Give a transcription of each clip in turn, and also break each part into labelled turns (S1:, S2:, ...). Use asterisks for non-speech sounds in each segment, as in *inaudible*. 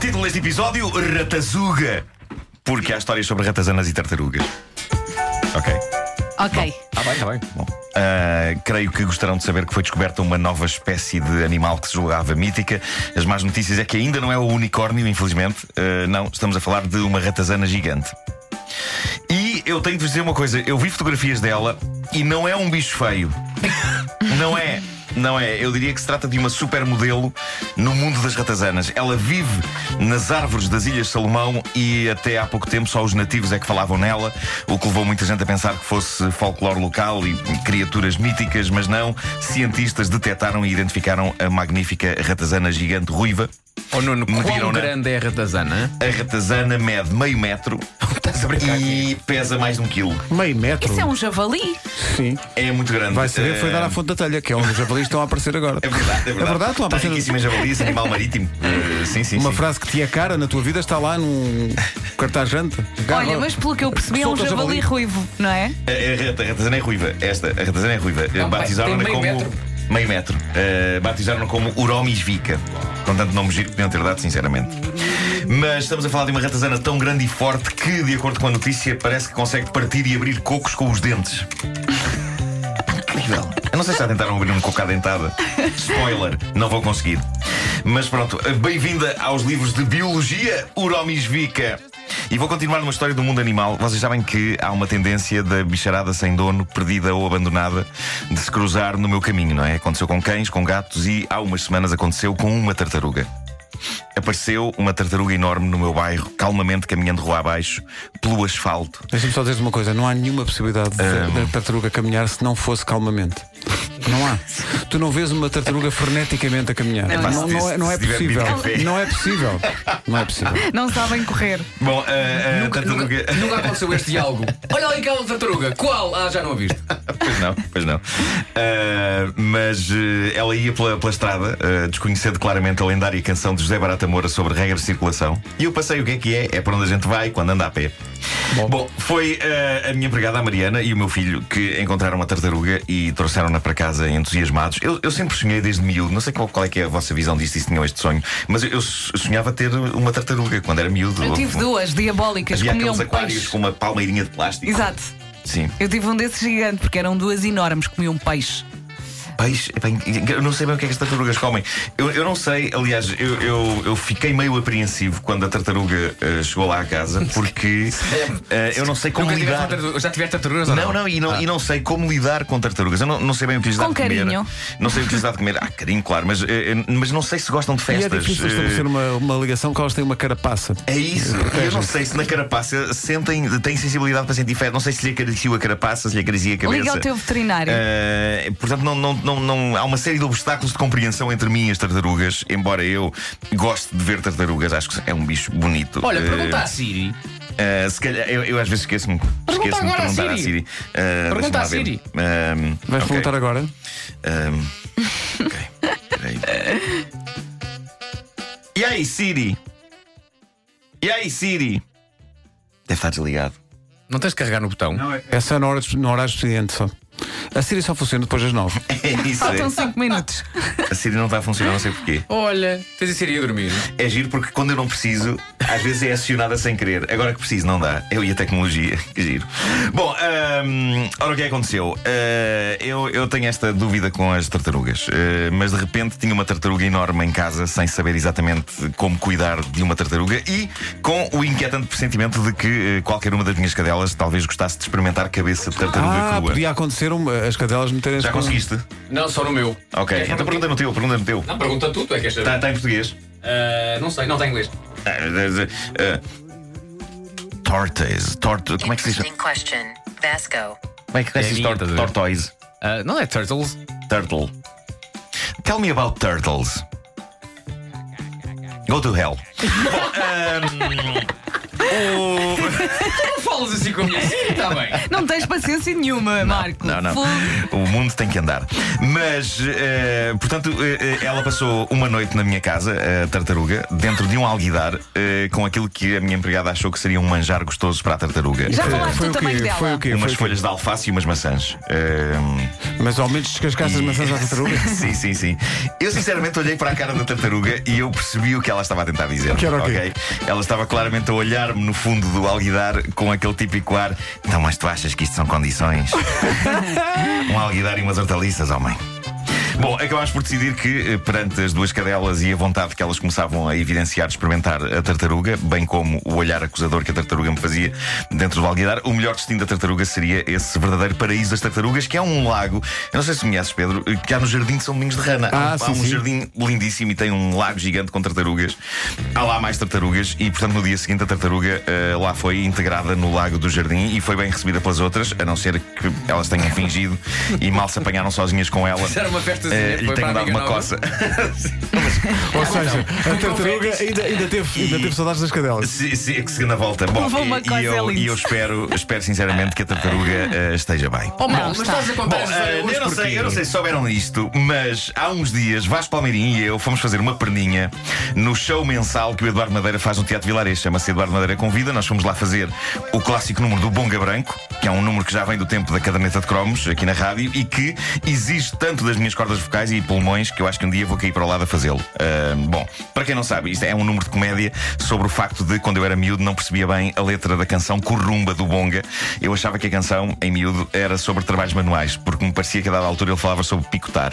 S1: Título deste episódio: Ratazuga. Porque há histórias sobre ratazanas e tartarugas. Ok.
S2: Ok.
S1: Está bem, está bem. Bom, ah, creio que gostarão de saber que foi descoberta uma nova espécie de animal que se julgava mítica. As más notícias é que ainda não é o unicórnio, infelizmente. Ah, não, estamos a falar de uma ratazana gigante. E eu tenho de vos dizer uma coisa: eu vi fotografias dela e não é um bicho feio. Não é. Não é, eu diria que se trata de uma supermodelo no mundo das ratazanas. Ela vive nas árvores das Ilhas Salomão e até há pouco tempo só os nativos é que falavam nela, o que levou muita gente a pensar que fosse folclore local e criaturas míticas, mas não. Cientistas detectaram e identificaram a magnífica ratazana gigante ruiva.
S3: Oh, Nuno, quão
S1: Mediram, né?
S3: grande é a ratazana?
S1: A ratazana mede meio metro
S3: Estás a
S1: e pesa mais de um quilo.
S4: Meio metro?
S2: Isso é um javali.
S4: Sim.
S1: É muito grande.
S4: Vai saber, foi
S1: Eh,
S4: dar à fonte da telha, que é onde os javalis estão a aparecer agora.
S1: É verdade, é verdade.
S4: É verdade, estão
S1: Está
S4: a aparecer.
S1: riquíssima em javali, esse animal marítimo. Eh, sim, sim.
S4: Uma
S1: sim.
S4: frase que tinha cara na tua vida está lá num cartaz jante.
S2: Olha, mas pelo que eu percebi é um
S4: Solta o
S2: javali
S4: javali.
S2: ruivo, não é?
S1: A, a rata- a ratazana é ruiva. Esta, a ratazana é ruiva. Eh, Batizaram-na
S3: tem
S1: como.
S3: meio
S1: Meio metro. Eh, Batizaram-na como Uromis Vica. Com tanto nome giro que podiam ter dado, sinceramente. Mas estamos a falar de uma ratazana tão grande e forte que, de acordo com a notícia, parece que consegue partir e abrir cocos com os dentes. Incrível. Eu não sei se já tentaram abrir um coco à dentada. Spoiler, não vou conseguir. Mas pronto, bem-vinda aos livros de Biologia Uromis Vica. E vou continuar numa história do mundo animal. Vocês sabem que há uma tendência da bicharada sem dono, perdida ou abandonada, de se cruzar no meu caminho, não é? Aconteceu com cães, com gatos e há umas semanas aconteceu com uma tartaruga. Apareceu uma tartaruga enorme no meu bairro, calmamente caminhando rua abaixo, pelo asfalto.
S4: Deixa-me só dizer uma coisa: não há nenhuma possibilidade de-
S1: Ah.
S4: da tartaruga caminhar se não fosse calmamente. Não há. Tu não vês uma tartaruga freneticamente a caminhar.
S2: Não,
S4: Não,
S2: não.
S4: não é, não é
S1: Se tiver
S4: possível.
S1: bebido café.
S4: Não é possível. Não é possível.
S2: Não sabem correr.
S1: Bom, a, a tartaruga.
S3: Nunca, nunca aconteceu este diálogo. Olha ali aquela tartaruga. Qual? Ah, já não a viste.
S1: Pois não, pois não. Ah, mas eh, ela ia pela, pela estrada, ah, desconhecendo claramente a lendária canção de José Barata Moura sobre regras de circulação. E eu passei o que é que é, é para onde a gente vai quando anda a pé. Bom, foi ah, a minha empregada, a Mariana, e o meu filho que encontraram uma tartaruga e trouxeram-na para casa entusiasmados. Eu, eu sempre sonhei desde miúdo, não sei qual, qual é que é a vossa visão disto e se tinham este sonho, mas eu, eu sonhava ter uma tartaruga quando era miúdo.
S2: Eu tive duas diabólicas,
S1: Havia
S2: comiam
S1: aqueles aquários
S2: peixe.
S1: com uma palmeirinha de plástico.
S2: Exato.
S1: Sim.
S2: Eu tive um desses gigante, porque eram duas enormes, comiam peixe.
S1: Peixe, Epá, eu não sei bem o que é que as tartarugas comem. Eu, eu não sei, aliás, eu, eu, eu fiquei meio apreensivo quando a tartaruga eh, chegou lá à casa, porque eh, eu não sei como
S3: Nunca tiveste uma
S1: lidar.
S3: tartaruga. Já tiveste tartarugas ou
S1: Não, não, e não, e não sei como lidar com tartarugas. Eu não, não sei bem o que lhes dá
S2: Com
S1: de comer.
S2: carinho.
S1: Não sei o que lhes dá de comer. Ah, carinho, claro, mas, eh, eh, mas não sei se gostam de
S4: E é
S1: festas.
S4: difícil
S1: Eh,
S4: estabelecer uma, uma ligação que elas têm uma carapaça.
S1: é isso.
S3: Uhum.
S1: Eu não sei se na carapaça sentem, têm sensibilidade para sentir fé. Não sei se lhe acariciou a carapaça, se lhe acaricia a cabeça.
S2: Liga ao teu veterinário.
S1: Eh, portanto, não, não, não, não- há uma série de obstáculos de compreensão entre mim e as tartarugas. Embora eu goste de ver tartarugas, acho que é um bicho bonito.
S3: Olha,
S1: Eh,
S3: pergunta à Siri.
S1: eh, se calhar, eu, eu às vezes esqueço-me. Esqueço-me de
S3: agora à
S1: perguntar à
S3: Siri.
S1: Siri. Eh, deixa-me
S3: Pergunta
S1: lá
S3: à
S1: ver.
S3: Siri.
S1: Ehm,
S4: Vais
S1: ok.
S4: perguntar agora?
S1: Ehm, ok. Peraí. E aí, Siri? E aí, Siri? Deve estar desligado. *laughs*
S3: Não tens de carregar no botão.
S4: Essa é na hora, na hora expediente só. A Siri só funciona depois das nove.
S1: É isso, é.
S2: Faltam 5 minutos.
S1: A Siri não está a funcionar, não sei porquê.
S3: Olha, tens a Siri a dormir.
S1: É giro porque quando eu não preciso, às vezes é acionada sem querer. Agora que preciso, não dá. Eu e a tecnologia. *laughs* Que giro. Bom, hum, ora, o que é que aconteceu? Eh, eu, eu tenho esta dúvida com as tartarugas, Eh, mas de repente tinha uma tartaruga enorme em casa sem saber exatamente como cuidar de uma tartaruga e com o inquietante pressentimento de que eh, qualquer uma das minhas cadelas talvez gostasse de experimentar cabeça de tartaruga
S4: Ah,
S1: crua.
S4: podia acontecer uma- as cadelas meterem-se.
S1: Já
S4: com-
S1: conseguiste?
S3: Não, só no meu. É
S1: Ok. Tá.
S3: Queres
S1: Então
S3: perguntar-
S1: pergunta no teu, pergunta no teu.
S3: Não, pergunta tu, tu é que és saber.
S1: Está em português.
S3: Ah, não sei, não tem *laughs* inglês.
S1: É, Tortoise. Tort como é que se diz?
S5: Interesting question, Vasco.
S1: Como é que se diz
S3: É a minha,
S1: tor-
S3: estás a ver?
S1: tortoise?
S3: Ah, não é turtles.
S1: Turtle. Tell me about turtles. Go to hell. Bom, ahm, O...
S3: Não falas assim com a minha Siri, está *laughs* bem.
S2: Não tens paciência nenhuma, Marco.
S1: Não, não.
S2: Fogo.
S1: O mundo tem que andar. Mas, eh, portanto, eh, eh, ela passou uma noite na minha casa, a tartaruga, dentro de um alguidar, eh, com aquilo que a minha empregada achou que seria um manjar gostoso para a tartaruga.
S2: Já
S1: Eh,
S2: falaste
S4: Foi
S2: do
S4: o quê?
S2: tamanho dela.
S4: Foi o quê? Foi
S1: Umas
S4: o quê?
S1: folhas de alface e umas maçãs. Eh,
S4: Mas ao menos descascaste as
S1: E-
S4: maçãs à
S1: *laughs*
S4: tartaruga.
S1: sim, sim, sim. Eu sinceramente olhei para a cara da tartaruga e eu percebi o que ela estava a tentar dizer.
S4: Que era o quê?
S1: ok? Ela estava claramente a olhar-me no fundo do alguidar com aquele típico ar. Então, mas tu achas que isto são
S4: *laughs*
S1: condições? um alguidar e umas hortaliças, homem. Bom, é acabámos por decidir que, eh, perante as duas cadelas e a vontade que elas começavam a evidenciar de experimentar a tartaruga, bem como o olhar acusador que a tartaruga me fazia dentro do alguidar, o melhor destino da tartaruga seria esse verdadeiro paraíso das tartarugas, que é um lago. Eu não sei se conheces, Pedro, eh, que há no Jardim de São Domingos de Rana.
S4: Ah,
S1: há
S4: sim,
S1: um
S4: sim.
S1: jardim lindíssimo e tem um lago gigante com tartarugas. Há lá mais tartarugas e, portanto, no dia seguinte a tartaruga eh, lá foi integrada no lago do jardim e foi bem recebida pelas outras, a não ser que elas tenham fingido e mal se apanharam sozinhas com ela.
S3: Fizeram uma festazinha,
S1: Eh,
S3: foi
S1: lhe
S3: para
S1: tenho
S3: a
S1: dado
S3: amiga
S1: uma
S3: nova.
S1: coça. *laughs*
S4: Ou seja, a
S3: Então,
S4: tartaruga
S3: confetes.
S4: ainda, ainda teve, ainda
S1: E-
S4: teve saudades das cadelas.
S1: Sim, sim, é que segunda volta. Bom,
S2: Houve uma
S1: e,
S2: coisa
S1: e eu,
S2: linda.
S1: e eu espero, espero sinceramente que a tartaruga eh, esteja bem.
S3: Oh, Paulo,
S2: Não,
S3: mas
S2: está.
S3: estás a
S1: Bom,
S3: contar esta história
S1: eh,
S3: hoje
S1: eu, não
S3: porquê?
S1: sei, eu não sei se souberam isto, mas há uns dias Vasco Palmeirim e eu fomos fazer uma perninha no show mensal que o Eduardo Madeira faz no Teatro Vilarês. Chama-se Eduardo Madeira Convida. Nós fomos lá fazer o clássico número do Bonga Branco, que é um número que já vem do tempo da caderneta de cromos aqui na rádio e que exige tanto das minhas cordas vocais e pulmões que eu acho que um dia vou cair para o lado a fazê-lo. Ah, bom, para quem não sabe, isto é um número de comédia sobre o facto de, quando eu era miúdo, não percebia bem a letra da canção Corrumba do Bonga. Eu achava que a canção, em miúdo, era sobre trabalhos manuais, porque me parecia que a dada altura ele falava sobre picotar.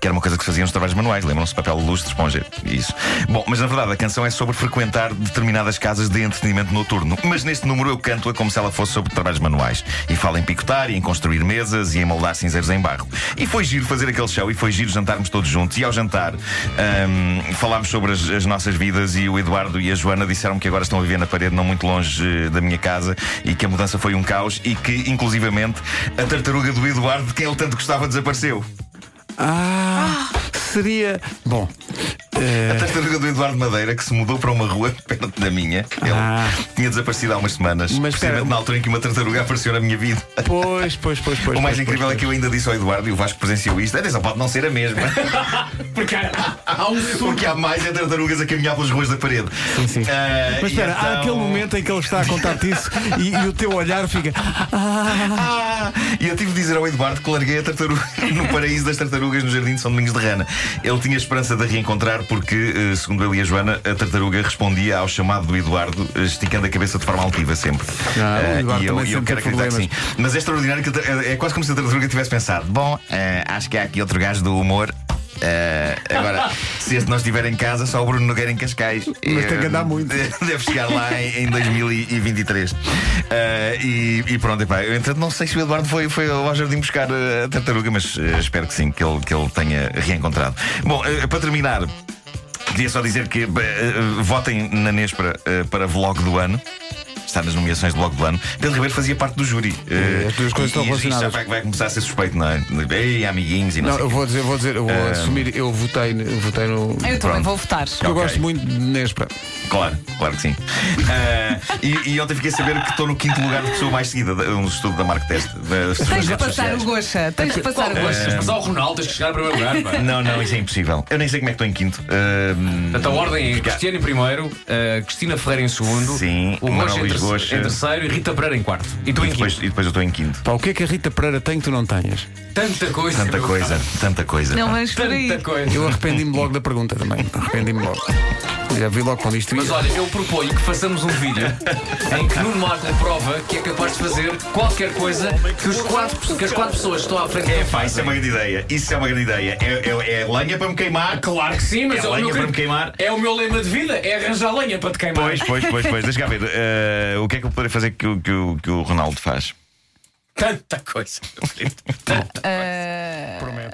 S1: Que era uma coisa que se fazia nos trabalhos manuais, lembram-se? Papel, lustre, esponja, isso. Bom, mas na verdade a canção é sobre frequentar determinadas casas de entretenimento noturno. Mas neste número eu canto-a como se ela fosse sobre trabalhos manuais. E falo em picotar, e em construir mesas, e em moldar cinzeiros em barro. E foi giro fazer aquele show, e foi giro jantarmos todos juntos. E ao jantar ahm, falámos sobre as, as nossas vidas, e o Eduardo e a Joana disseram que agora estão a viver na parede, não muito longe eh, da minha casa, e que a mudança foi um caos, e que inclusivamente a tartaruga do Eduardo, de quem ele tanto gostava, desapareceu.
S4: Ah, seria. Bom,
S1: A tartaruga do Eduardo Madeira, que se mudou para uma rua *laughs* perto da minha, ele
S4: Ah.
S1: tinha desaparecido há umas semanas,
S4: Mas
S1: precisamente
S4: espera,
S1: na altura em que uma tartaruga apareceu na minha vida.
S4: pois, pois, pois, pois.
S1: o mais
S4: pois,
S1: incrível
S4: pois,
S1: é que eu ainda disse ao Eduardo, e o Vasco presenciou isto, atenção, pode não ser a
S4: *laughs*
S1: mesma,
S3: Porque há, há um surto.
S1: porque há mais é tartarugas a caminhar pelas ruas da parede.
S4: Sim, sim.
S1: Ah,
S4: Mas
S1: e
S4: espera, há
S1: então-
S4: aquele momento em que ele está a
S1: *laughs*
S4: contar-te isso e, e o teu olhar fica.
S1: Ah, E eu tive de dizer ao Eduardo que larguei a tartaruga *laughs* no paraíso das tartarugas no Jardim de São Domingos de Rana. Ele tinha esperança de a reencontrar porque, eh, segundo ele e a Joana, a tartaruga respondia ao chamado do Eduardo, eh, esticando a cabeça de forma altiva sempre.
S4: Ah, o
S1: Eh,
S4: Eduardo
S1: e eu,
S4: também
S1: e eu
S4: sempre
S1: quero
S4: tem
S1: acreditar que sim.
S4: problemas.
S1: Mas é extraordinário que a tar- é é quase como se a tartaruga tivesse pensado: bom, eh, acho que há aqui outro gajo do humor. eh,
S4: *laughs*
S1: agora, se este não estiver em casa, só o Bruno Nogueira em Cascais.
S4: Mas tem que
S1: Eh,
S4: andar muito.
S1: *laughs* Deve chegar lá em, em 2023. Ah, e, e pronto, epá, eu entretanto não sei se o Eduardo foi, foi ao jardim buscar ah, a tartaruga, mas ah, espero que sim, que ele, que ele tenha reencontrado. Bom, ah, para terminar. Queria só dizer que bah, ah, votem na Nespra ah, para vlog do ano. Está nas nomeações do vlog do ano. Pedro Ribeiro fazia parte do júri. Ah,
S4: as duas coisas
S1: e-
S4: estão
S1: e isto já
S4: relacionadas.
S1: vai, vai começar a ser suspeito, não é? Ei, amiguinhos e não,
S4: Não,
S1: sei
S4: eu
S1: o quê.
S4: vou dizer, vou dizer, eu vou assumir, eu votei, eu votei no. Porque
S2: Eu também
S1: Pronto.
S2: vou votar.
S4: eu
S1: Ok.
S4: gosto muito de Nespra.
S1: Claro, claro que sim. Ah, e, e ontem fiquei a saber que estou no quinto lugar de pessoa mais seguida, de- um estudo da Mark Test. das pessoas
S2: Tens
S1: nas
S2: de
S1: redes
S2: passar
S1: sociais.
S2: o goxa. Tens de passar
S3: Qual
S2: o
S3: é?
S2: goxa.
S3: Mas
S1: Eh,
S3: Mas ao Ronaldo tens que chegar em primeiro
S1: *laughs*
S3: lugar, pá.
S1: Não, não, isso é impossível. Eu nem sei como é que estou em quinto. Ah,
S3: Portanto, a ordem é
S1: fica-
S3: Cristiano em primeiro, uh, Cristina Ferreira em segundo,
S1: Sim,
S3: o
S1: Manuel
S3: Gosta em,
S1: Luís
S3: terce-
S1: Goxa.
S3: em terceiro e Rita Pereira em quarto. E tu
S1: E
S3: em
S1: depois,
S3: quinto.
S1: e depois eu estou em quinto.
S4: Pá, o que é que a Rita Pereira tem que tu não tenhas?
S3: Tanta coisa.
S1: Tanta
S3: meu.
S1: coisa, é. tanta coisa.
S2: Não
S1: pá.
S2: vamos por aí.
S3: Tanta coisa.
S4: Eu arrependi-me logo da pergunta também. Arrependi-me logo. Já vi logo quando isto
S3: Mas
S4: ia.
S3: olha, eu proponho que façamos um
S1: *laughs*
S3: vídeo em que Nuno Marco prova que é capaz de fazer qualquer coisa que, os quatro, que as quatro pessoas que estão à frente
S1: É,
S3: não
S1: pá, isso é
S3: fazem.
S1: uma grande ideia. Isso é uma grande ideia. É, é- é lenha para me queimar.
S3: Claro que sim, mas
S1: É
S3: o
S1: lenha
S3: meu
S1: para
S3: cre-
S1: me queimar.
S3: É o meu lema de vida, é arranjar lenha para te queimar.
S1: Pois, pois, pois, pois. Deixa cá ver. Ah, o que é que eu poderia fazer que, o- que o- que o Ronaldo faz?
S3: Tanta coisa.
S2: Ah,